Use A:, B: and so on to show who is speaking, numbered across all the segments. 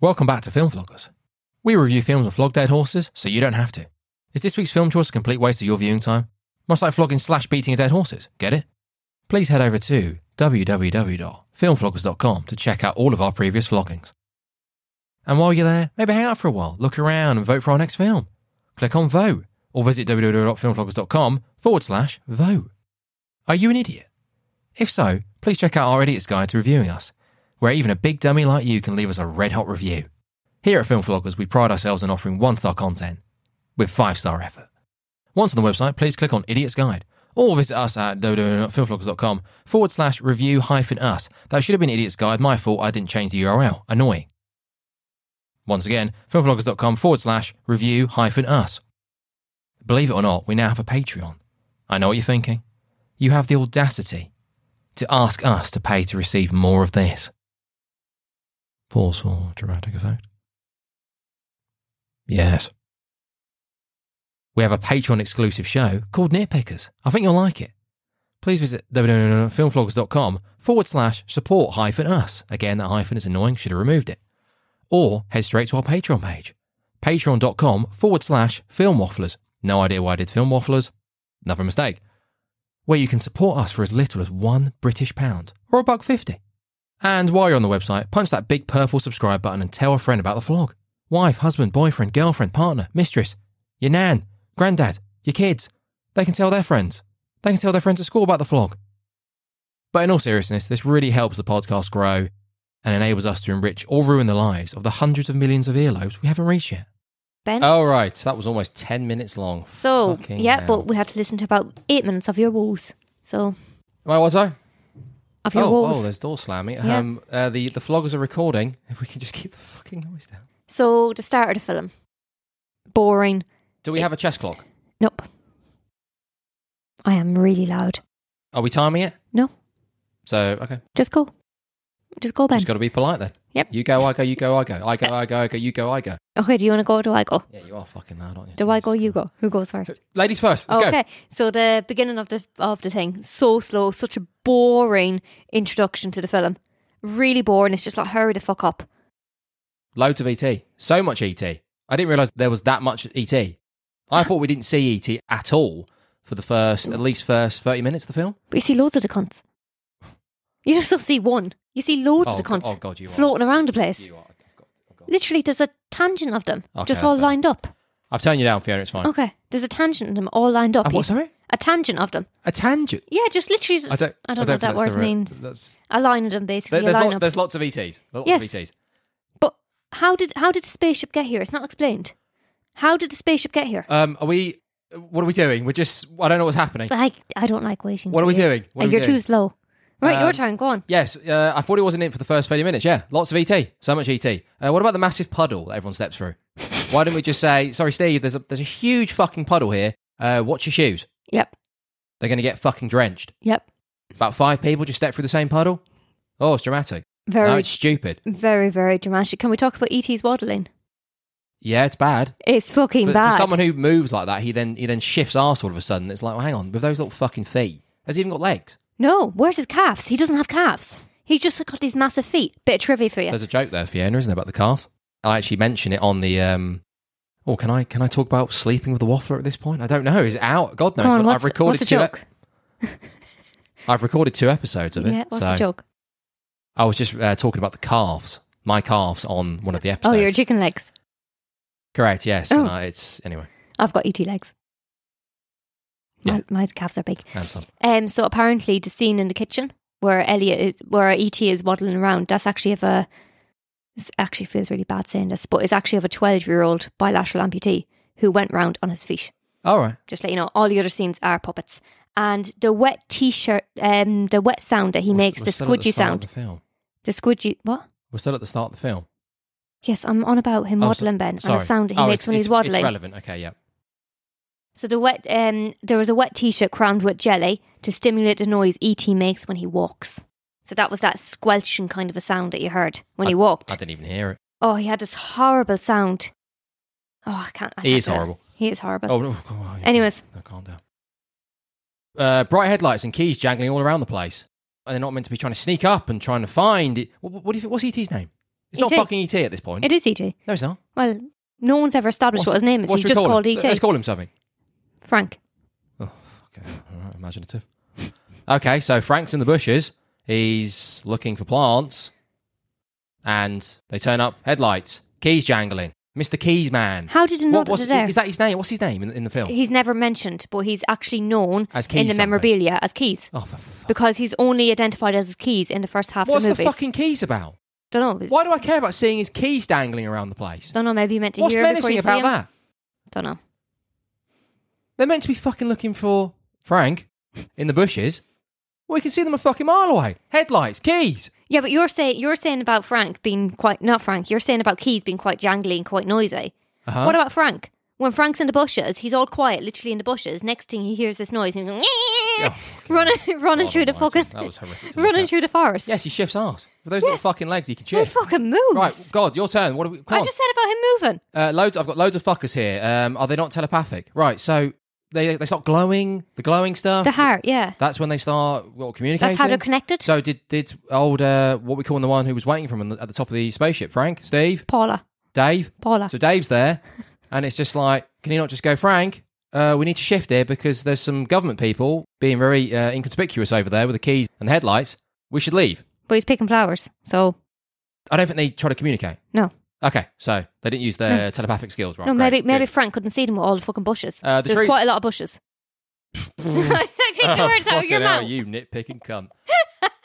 A: Welcome back to Film Vloggers. We review films and flog dead horses, so you don't have to. Is this week's film choice a complete waste of your viewing time? Much like flogging slash beating a dead horses, get it? Please head over to www.filmvloggers.com to check out all of our previous vloggings. And while you're there, maybe hang out for a while, look around and vote for our next film. Click on vote or visit www.filmvloggers.com forward slash vote. Are you an idiot? If so, please check out our Idiot's Guide to Reviewing Us, where even a big dummy like you can leave us a red hot review. Here at Film Vloggers, we pride ourselves on offering one star content with five star effort. Once on the website, please click on Idiot's Guide or visit us at www.filmvloggers.com forward slash review hyphen us. That should have been Idiot's Guide. My fault, I didn't change the URL. Annoying. Once again, filmvloggers.com forward slash review hyphen us. Believe it or not, we now have a Patreon. I know what you're thinking. You have the audacity to ask us to pay to receive more of this. Pause for dramatic effect. Yes. We have a Patreon exclusive show called Nitpickers. I think you'll like it. Please visit www.filmvlogs.com forward slash support hyphen us. Again, that hyphen is annoying, should have removed it. Or head straight to our Patreon page, patreon.com forward slash film wafflers. No idea why I did film wafflers. Another mistake where you can support us for as little as one British pound or a buck fifty. And while you're on the website, punch that big purple subscribe button and tell a friend about the flog. Wife, husband, boyfriend, girlfriend, partner, mistress, your nan, granddad, your kids. They can tell their friends. They can tell their friends at school about the flog. But in all seriousness, this really helps the podcast grow and enables us to enrich or ruin the lives of the hundreds of millions of earlobes we haven't reached yet.
B: Ben.
A: All right, so that was almost 10 minutes long.
B: so
A: Oh, Fucking
B: yeah,
A: hell.
B: but we had to listen to about eight minutes of your walls. So
A: Where was I?
B: of your
A: oh,
B: walls.
A: oh, there's door slamming.
B: Yeah.
A: Um, uh, the the floggers are recording. If we can just keep the fucking noise down.
B: so the start of the film. Boring.
A: Do we have a chess clock?
B: Nope. I am really loud.
A: Are we timing it?
B: No.
A: So okay,
B: Just go. Just go, Ben.
A: just got to be polite then.
B: Yep.
A: You go, I go. You go, I go. I go, I go, I go. You go, I go.
B: Okay, do you want to go or do I go?
A: Yeah, you are fucking loud, aren't you?
B: Do I go, you go? Who goes first?
A: Ladies first. Let's
B: okay. So the beginning of the of the thing, so slow, such a boring introduction to the film. Really boring. It's just like hurry the fuck up.
A: go. Loads of ET. So much ET. I didn't realize there was that much ET.
B: Ah.
A: I thought we didn't see ET at all for the first, at least first thirty minutes of the film.
B: But you see loads of the cunts. You just don't see one. You see loads
A: Oh,
B: of the
A: go-
B: cunts
A: oh, God, you are.
B: floating around the place.
A: You are. I've got- I've got-
B: Literally, there's a tangent of them,
A: Okay,
B: just
A: that's
B: all
A: better.
B: lined up.
A: I've turned you down, Fiona. It's fine.
B: Okay, there's a tangent of them all lined up.
A: Uh,
B: You-
A: what? Sorry.
B: A tangent of them.
A: A tangent.
B: Yeah, just literally. Just,
A: I don't.
B: know
A: I
B: what
A: don't
B: that
A: think that's
B: word
A: the right-
B: means.
A: That's
B: A line of them, basically.
A: There-
B: a
A: there's,
B: line
A: lot,
B: up.
A: there's lots of ETs. There are Lots
B: Yes.
A: of E ETs.
B: But how did how did the spaceship get here? It's not explained. How did the spaceship get here?
A: Um, are we? What are we doing? We're just. I don't know what's happening.
B: I I don't like waiting.
A: What
B: for
A: are we
B: you.
A: doing? What
B: Uh,
A: are we
B: you're
A: doing?
B: too slow. Right, your
A: Um,
B: turn. Go on.
A: Yes, uh, I thought it wasn't in for the first 30 minutes. Yeah, lots of ET. So much ET. Uh, what about the massive puddle that everyone steps through? Why don't we just say, sorry, Steve, there's a, there's a huge fucking puddle here. Uh, watch your shoes.
B: Yep.
A: They're going to get fucking drenched.
B: Yep.
A: About five people just step through the same puddle. Oh, it's dramatic.
B: Very,
A: No, it's stupid.
B: very, very dramatic. Can we talk about ET's waddling?
A: Yeah, it's bad.
B: It's fucking
A: For,
B: bad.
A: for someone who moves like that, he then he then shifts arse all of a sudden. It's like, well, hang on, with those little fucking feet, has he even got legs?
B: no, where's his calves? He doesn't have calves. He's just got these massive feet. Bit of trivia for you.
A: There's a joke there, Fiona, isn't there, about the calf? I actually mention it on the. Um, oh, can I can I talk about sleeping with the waffler at this point? I don't know. Is it out? God knows.
B: Come on,
A: but
B: what's,
A: I've recorded
B: what's
A: two.
B: the
A: e-
B: joke?
A: I've recorded two episodes of it.
B: Yeah, what's
A: so
B: the joke?
A: I was just uh, talking about the calves, my calves, on one of the
B: Oh,
A: episodes.
B: your chicken legs.
A: correct. Yes. And,
B: Oh.
A: uh, it's anyway.
B: I've got ET legs. My,
A: Yeah.
B: my calves are big.
A: And some.
B: Um, so apparently, the scene in the kitchen where Elliot is, where ET is waddling around, that's actually of a. This actually feels really bad saying this, but it's actually of a twelve-year-old bilateral amputee who went round on his feet.
A: All right.
B: Just let you know, all the other scenes are puppets, and the wet T-shirt, um, the wet sound that he
A: We're-
B: makes,
A: we're
B: the
A: still at start
B: squidgy
A: of
B: sound,
A: The film.
B: the squidgy what?
A: We're still at the start of the film.
B: Yes, I'm on about him
A: Oh, so-
B: waddling, Ben,
A: Sorry.
B: and the sound that he
A: Oh,
B: makes
A: it's-
B: when he's
A: it's-
B: waddling.
A: It's relevant. Okay. Yeah.
B: So the wet, um, there was a wet T-shirt crammed with jelly to stimulate the noise ET makes when he walks. So that was that squelching kind of a sound that you heard when he walked.
A: I didn't even hear it.
B: oh, he had this horrible sound. Oh, I can't. I
A: He
B: can't
A: is
B: do it.
A: horrible.
B: He is horrible.
A: Oh, no, come on, yeah.
B: Anyways.
A: No, calm down. Uh, bright headlights and keys jangling all around the place. And they're not meant to be trying to sneak up and trying to find it. What, what do you think? What's ET's name? It's not
B: E.T..
A: fucking ET at this point.
B: E It is E.T.
A: no, it's not.
B: Well, no one's ever established what his name is.
A: What
B: He's
A: should we
B: just
A: call
B: called E
A: him?
B: E.T.
A: Let's call him something. Oh,
B: Frank.
A: Okay, all right, imaginative. Okay, so Frank's in the bushes. He's looking for plants, and they turn up. Headlights, keys jangling. Mr. Keys Man.
B: How did it not
A: what's,
B: do there?
A: is that his name? What's his name in, in the film?
B: He's never mentioned, but he's actually known
A: As Keys
B: in the
A: something.
B: memorabilia as Keys
A: oh, for fuck.
B: because he's only identified as Keys in the first half
A: What's
B: of
A: the
B: the movies.
A: fucking keys about?
B: Don't know.
A: Why do I care about seeing his keys dangling around the place?
B: Don't know. Maybe you meant to
A: What's
B: hear it before
A: menacing
B: you see
A: about
B: him.
A: that?
B: Don't know.
A: They're meant to be fucking looking for Frank in the bushes. We can see them a fucking mile away. Headlights, keys.
B: Yeah, but you're saying you're saying about Frank being quite not Frank. You're saying about Keys being quite jangly and quite noisy.
A: Uh-huh.
B: What about Frank? When Frank's in the bushes, he's all quiet, literally in the bushes. Next thing he hears this noise and he's
A: Oh,
B: like,
A: fucking
B: running, running
A: God
B: through the
A: almighty.
B: fucking,
A: Oh, That was horrific. to look
B: running
A: at.
B: through the forest.
A: Yes, he shifts ass. For those little fucking legs, he can
B: he
A: shift.
B: fucking moves.
A: Right, God, your turn. What are we? Come
B: I
A: on.
B: just said about him moving.
A: Uh, loads. I've got loads of fuckers here. Um, are they not telepathic? Right. So they they start glowing. The glowing stuff.
B: The heart, yeah.
A: That's when they start well, communicating.
B: That's how they're connected.
A: So did did old uh, what we call the one who was waiting for him on the- at the top of the spaceship? Frank, Steve,
B: Paula,
A: Dave.
B: Paula.
A: So Dave's there, and it's just like, can he not just go, Frank? Uh, we need to shift here because there's some government people being very uh, inconspicuous over there with the keys and the headlights. We should leave.
B: but he's picking flowers, so
A: I don't think they try to communicate.
B: no,
A: Okay, so they didn't use their telepathic skills, right?
B: no.
A: great,
B: Hmm. Maybe maybe
A: good.
B: Frank couldn't see them with all the fucking bushes.
A: Uh, the
B: There's
A: truth-
B: quite a lot of bushes. I take the
A: Oh,
B: words out of
A: fucking
B: your
A: hell,
B: mouth.
A: you nitpicking cunt.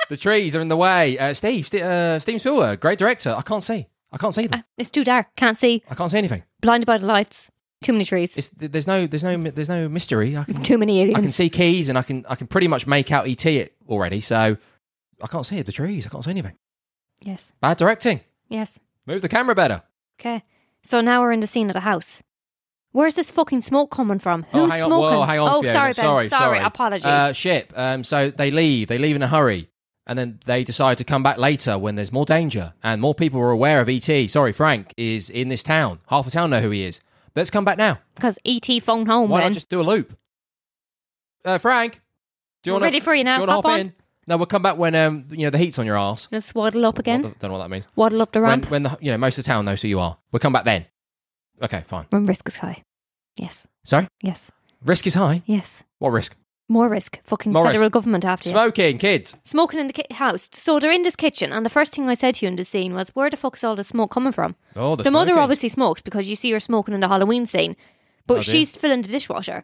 A: the trees are in the way. Uh, Steve, St- uh, Steven Spielberg, great director. I can't see. I can't see them.
B: Ah, It's too dark. Can't see.
A: I can't see anything.
B: Blinded by the lights. Too many trees.
A: It's, there's no, there's no, there's no mystery. I can,
B: Too many
A: I can
B: aliens.
A: see keys, and I can, I can pretty much make out ET it already. So I can't see it. The trees. I can't see anything.
B: Yes.
A: Bad directing.
B: Yes.
A: Move the camera better.
B: Okay. So now we're in the scene of the house. Where's this fucking smoke coming from? Who's
A: Oh, hang on.
B: smoking?
A: Whoa, hang on.
B: oh,
A: Fiona.
B: sorry, Ben.
A: sorry, sorry.
B: Apologies.
A: Uh, ship. Um, so they leave. They leave in a hurry, and then they decide to come back later when there's more danger and more people are aware of ET. Sorry, Frank is in this town. Half the town know who he is. Let's come back now.
B: Because ET E phoned home,
A: Why
B: Ben.
A: not just do a loop? Uh, Frank, do you
B: We're
A: want
B: ready for you now.
A: Do you wanna
B: Hop
A: hop
B: on.
A: in? No, we'll come back when um, you know the heat's on your ass.
B: Gonna swaddle up again.
A: Well, don't know what that means.
B: Waddle up the
A: When,
B: ramp.
A: when the you know most of the town knows who you are. We'll come back then. Okay, fine.
B: When risk is high. Yes.
A: Sorry,
B: Yes.
A: risk is high.
B: Yes.
A: What risk?
B: More risk. Fucking
A: More
B: federal
A: risk.
B: government after you.
A: Smoking, kids.
B: Smoking in the ki- house. So they're in this kitchen, and the first thing I said to you in the scene was, "Where the fuck is all this smoke coming from?"
A: Oh, the,
B: the mother
A: smoking.
B: obviously smokes because you see her smoking in the Halloween scene, but
A: Oh, dear.
B: she's filling the dishwasher.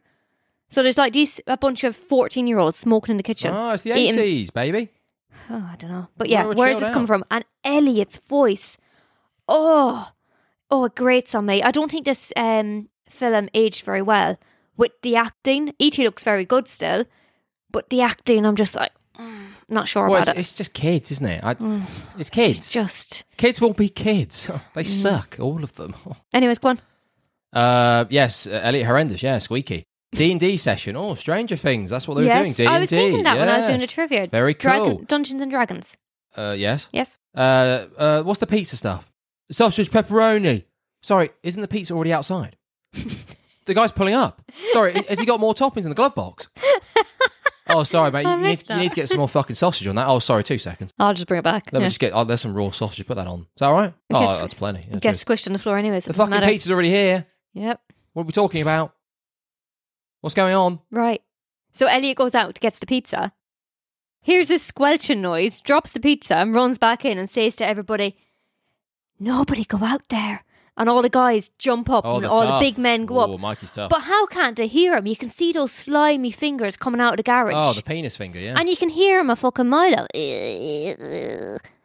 B: So there's like these a bunch of fourteen year olds smoking in the kitchen.
A: Oh, it's the
B: eating-
A: eighties, baby.
B: Oh, I don't know, but
A: Well,
B: yeah,
A: they were
B: where does
A: chilled
B: this
A: out.
B: come from? And Elliot's voice, oh, oh, it grates on me. I don't think this um, film aged very well with the acting. Et looks very good still, but the acting, I'm just like, mm, not sure
A: Well, it's,
B: about it.
A: it's just kids, isn't it? I, it's kids.
B: Mm. Just, Mm.
A: Kids will be kids. they suck, all of them.
B: anyways, go on.
A: Uh, yes, uh, Elliot horrendous. Yeah, squeaky. D and D session. Oh, Stranger Things. That's what they were doing.
B: yes,
A: D and D.
B: I was thinking that when I was doing the trivia.
A: Very
B: Dragon,
A: cool.
B: Dungeons and Dragons.
A: Uh, yes.
B: Yes.
A: Uh, uh, what's the pizza stuff? Sausage pepperoni. Sorry, isn't the pizza already outside? the guy's pulling up. Sorry, has he got more toppings in the glove box? Oh, sorry, mate.
B: I
A: You need,
B: missed
A: you need to
B: that.
A: get some more fucking sausage on that. Oh, sorry, two seconds.
B: I'll just bring it back.
A: Let
B: Yeah.
A: me just get. Oh, there's some raw sausage. Put that on. Is that all right?
B: It
A: Oh,
B: gets-
A: that's plenty. Yeah,
B: It gets
A: cheers.
B: squished on the floor anyway, so
A: the
B: it doesn't
A: fucking
B: matter.
A: pizza's already here.
B: Yep.
A: What are we talking about? What's going on?
B: Right. So Elliot goes out, gets the pizza, hears this squelching noise, drops the pizza, and runs back in and says to everybody, Nobody go out there. And all the guys jump up and all Oh, the big men go
A: Oh,
B: up.
A: Mikey's tough.
B: But how can't they hear him? You can see those slimy fingers coming out of the garage.
A: Oh, the penis finger. Yeah.
B: and you can hear him a fucking mile out. Yes,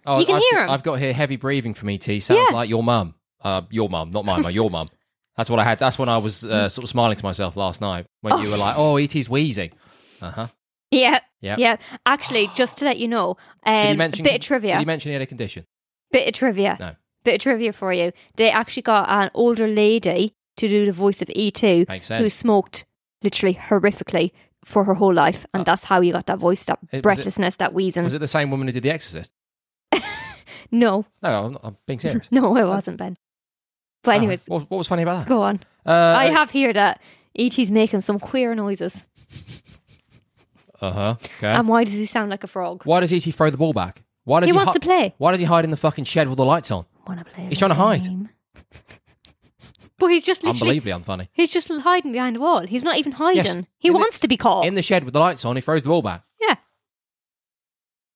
A: oh,
B: you can
A: I've,
B: hear him.
A: I've got here heavy breathing from ET. Sounds
B: Yeah.
A: like your mum. Uh, your mum, not mine, but your mum. That's what I had. That's when I was
B: Mm.
A: uh, sort of smiling to myself last night when you were like, "Oh, ET's wheezing." Uh huh.
B: Yeah.
A: Yep.
B: Yeah. Actually, just to let you know,
A: Did you
B: um, a
A: mention?
B: bit of trivia.
A: Did you mention he had a condition?
B: Bit of trivia.
A: No.
B: Bit of trivia for you. They actually got an older lady to do the voice of E2
A: Makes
B: who
A: sense.
B: smoked literally horrifically for her whole life. And that's how you got that voice, that
A: was Uh, it-
B: breathlessness, that wheezing.
A: Was it the same woman who did The Exorcist?
B: No,
A: No, I'm, not, I'm being serious.
B: no, it wasn't, Ben. But, anyways,
A: Uh, what, what was funny about that?
B: go on.
A: Uh,
B: I have here that E.T.'s making some queer noises.
A: Uh huh. Okay.
B: And why does he sound like a frog?
A: Why does E.T. throw the ball back? Why does
B: Um, He
A: he,
B: wants
A: hi-
B: to play.
A: Why does he hide in the fucking shed with the lights on?
B: want to play.
A: He's
B: the
A: trying to hide.
B: game. but he's just literally
A: Unbelievably unfunny.
B: he's just hiding behind the wall. He's not even hiding. He
A: In the-
B: wants to be caught.
A: In the shed with the lights on, he throws the ball back.
B: yeah.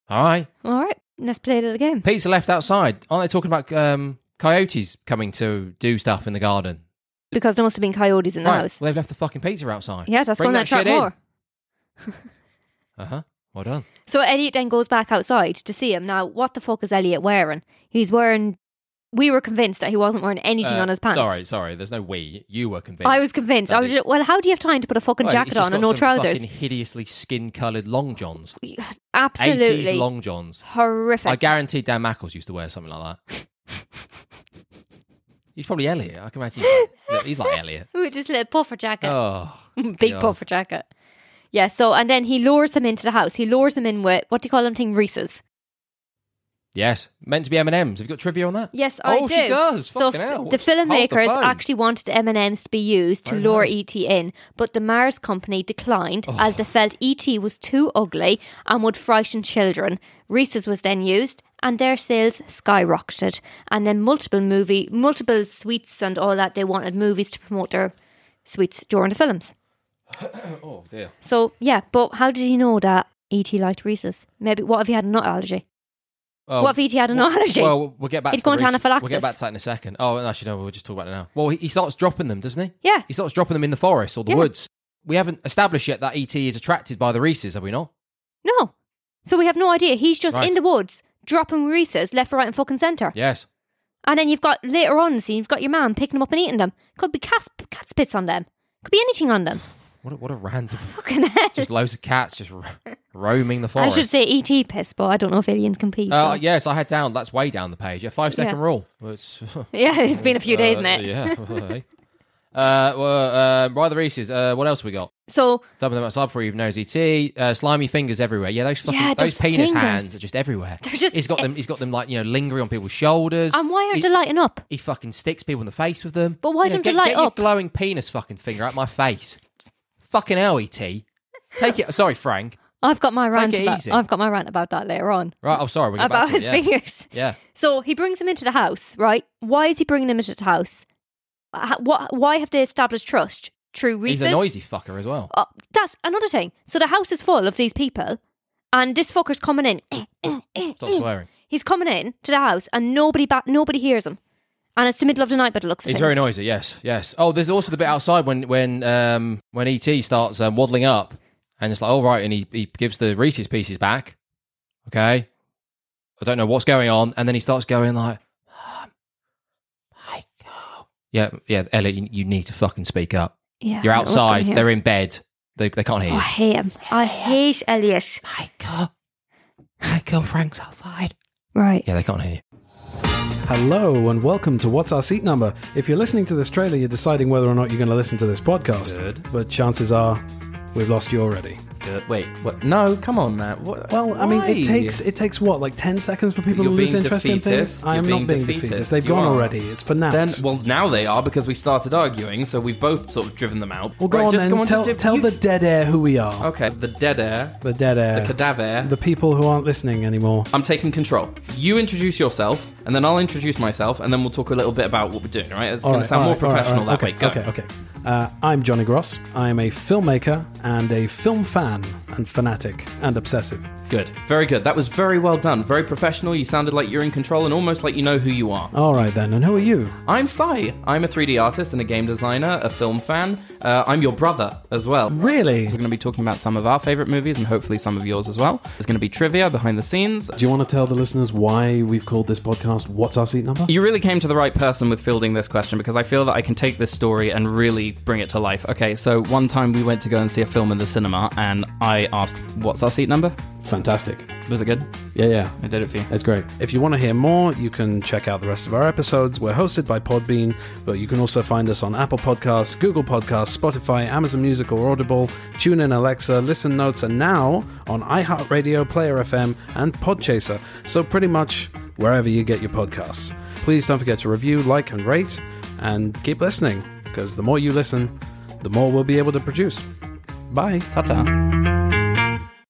A: All right.
B: All right. Let's play a little game.
A: Pizza left outside. Aren't they talking about um, coyotes coming to do stuff in the garden?
B: Because there must have been coyotes in the
A: Right.
B: house.
A: Well, they've left the fucking pizza outside.
B: Yeah, that's
A: Bring
B: going
A: that
B: that
A: shit
B: track
A: in.
B: more.
A: Uh huh. Well done.
B: So Elliot then goes back outside to see him. Now, what the fuck is Elliot wearing? He's wearing. We were convinced that he wasn't wearing anything
A: Uh,
B: on his pants.
A: Sorry, sorry. There's no we. You were convinced.
B: I was convinced. I was just, well, how do you have time to put a fucking
A: Well,
B: jacket
A: he's just
B: on and
A: got
B: no
A: some
B: trousers?
A: Fucking hideously skin-coloured long johns.
B: Absolutely
A: 80s long johns.
B: horrific.
A: I guarantee Dan Mackles used to wear something like that. he's probably Elliot. I can imagine. He's like, he's like Elliot.
B: With this little puffer jacket,
A: Oh,
B: big
A: God.
B: puffer jacket. Yeah. So and then he lures him into the house. He lures him in with what do you call them thing Reese's?
A: Yes, meant to be M and M's. Have you got trivia on that?
B: Yes, I
A: oh,
B: do.
A: she does.
B: So
A: Fucking
B: f-
A: hell.
B: the
A: Hold
B: filmmakers
A: phone.
B: actually wanted M and M's to be used to
A: Very
B: lure
A: nice.
B: ET in, but the Mars company declined
A: Oh.
B: as they felt ET was too ugly and would frighten children. Reese's was then used, and their sales skyrocketed. And then multiple movie, multiple sweets and all that. They wanted movies to promote their sweets during the films.
A: Oh dear.
B: So yeah, but how did he know that ET liked Reese's? Maybe what if he had a nut allergy?
A: Well,
B: what if ET had a nut allergy?
A: Well, we'll get back.
B: He'd
A: to the
B: gone to
A: Reese- We'll
B: anaphylaxis.
A: get back to that in a second. Oh, and actually, no, we'll just talk about it now. Well, he, he starts dropping them, doesn't he?
B: yeah,
A: He starts dropping them in the forest or the
B: Yeah.
A: woods. We haven't established yet that ET is attracted by the Reeses, have we not?
B: No. So we have no idea. He's just
A: Right.
B: in the woods, dropping Reese's left, right, and fucking centre.
A: Yes.
B: And then you've got later on in the scene, you've got your man picking them up and eating them. Could be cats, cat's pits on them. Could be anything on them.
A: What a, what a random.
B: Fucking hell.
A: just loads of cats just ro- roaming the
B: I
A: forest.
B: should say ET piss, but I don't know if aliens can pee.
A: uh,
B: so-
A: yes, I had down. That's way down the page. Yeah, five second
B: Yeah.
A: rule. Well, It's,
B: yeah. it's been a few days,
A: uh,
B: mate.
A: Yeah. hey. uh, well, um, by the Reeses. Uh, what else we got?
B: So
A: Dumping them outside before you even knows ET. Uh, slimy fingers everywhere. Yeah, those fucking
B: Yeah,
A: those
B: those
A: penis
B: fingers.
A: hands are just everywhere.
B: They're just
A: he's got them. He's got them like you know lingering on people's shoulders.
B: and why aren't
A: He-
B: they lighting up?
A: he fucking sticks people in the face with them.
B: But why
A: You know,
B: don't
A: get,
B: you light
A: get your
B: up?
A: glowing penis fucking finger out my face? fucking hell, ET. Take it. Sorry, Frank.
B: I've got my rant.
A: it
B: about,
A: easy.
B: I've got my rant about that later on
A: Right. I'm sorry. We're going back
B: about
A: to it.
B: his
A: Yeah.
B: fingers.
A: yeah.
B: So he brings him into the house, right? Why is he bringing him into the house? Uh, What? Why have they established trust? True
A: He's
B: Reese's.
A: a noisy fucker as well.
B: Oh, that's another thing. So the house is full of these people, and this fucker's coming in. Eh, eh, eh,
A: Stop
B: eh.
A: swearing.
B: He's coming in to the house, and nobody ba- nobody hears him. And it's the middle of the night, but it looks.
A: He's very
B: annoying.
A: noisy. Yes. Yes. Oh, there's also the bit outside when when um when ET starts um, waddling up, and it's like, all right, and he he gives the Reese's pieces back. Okay. I don't know what's going on, and then he starts going like, um, Michael. Yeah, yeah, Elliot, you, you need to fucking speak up.
B: Yeah,
A: You're
B: I know what's
A: outside.
B: going
A: They're in bed. They, they can't hear
B: on. Oh, I
A: you.
B: hate him. I hate Elliot.
A: Michael. Michael, Frank's outside.
B: Right.
A: Yeah, they can't hear you.
C: Hello and welcome to What's Our Seat Number. If you're listening to this trailer, you're deciding whether or not you're going to listen to this podcast.
D: Good.
C: But chances are, we've lost you already.
D: Good. Uh, Wait, what? No, come on, Matt. What?
C: Well, I mean,
D: Why?
C: it takes it takes what like ten seconds for people
D: You're
C: to lose
D: being
C: interest in
D: defeatist.
C: things.
D: You're
C: I'm
D: being
C: not being
D: defeatist.
C: defeatist. They've
D: You
C: gone
D: are.
C: already. It's for now.
D: Then, well, now they are because we started arguing, so we've both sort of driven them out.
C: well, go
D: Right,
C: on
D: just
C: then.
D: go on to
C: tell
D: Jim-
C: tell
D: you-
C: the dead air who we are.
D: Okay, the dead air,
C: The dead air.
D: the cadaver.
C: The people who aren't listening anymore.
D: I'm taking control. You introduce yourself, and then I'll introduce myself, and then we'll talk a little bit about what we're doing. Right? It's
C: All
D: going
C: right,
D: to sound
C: all
D: more
C: right, all right,
D: professional
C: all right.
D: that way. Go.
C: okay, Okay, okay. Uh, I'm Johnny Gross. I'm a filmmaker and a film fan and fanatic and obsessive.
D: Good. Very good. That was very well done. Very professional. You sounded like you're in control, and almost like you know who you are.
C: All right then, and who are you?
D: I'm Sai. I'm a 3D artist and a game designer, a film fan. Uh, I'm your brother as well.
C: Really?
D: So we're going to be talking about some of our favorite movies and hopefully some of yours as well. There's going to be trivia behind the scenes.
E: Do you want to tell the listeners why we've called this podcast What's Our Seat Number?
D: You really came to the right person with fielding this question because I feel that I can take this story and really bring it to life. Okay, so one time we went to go and see a film in the cinema and I asked, What's our seat number?
E: Fantastic.
D: Was it good?
E: Yeah, yeah.
D: I did it for you.
E: It's great.
C: If you want to hear more, you can check out the rest of our episodes. We're hosted by Podbean, but you can also find us on Apple Podcasts, Google Podcasts, Spotify, Amazon Music or Audible, TuneIn Alexa, Listen Notes, and now on iHeartRadio, Player FM, and Podchaser. So pretty much wherever you get your podcasts. Please don't forget to review, like, and rate, and keep listening, because the more you listen, the more we'll be able to produce. Bye.
D: Ta ta.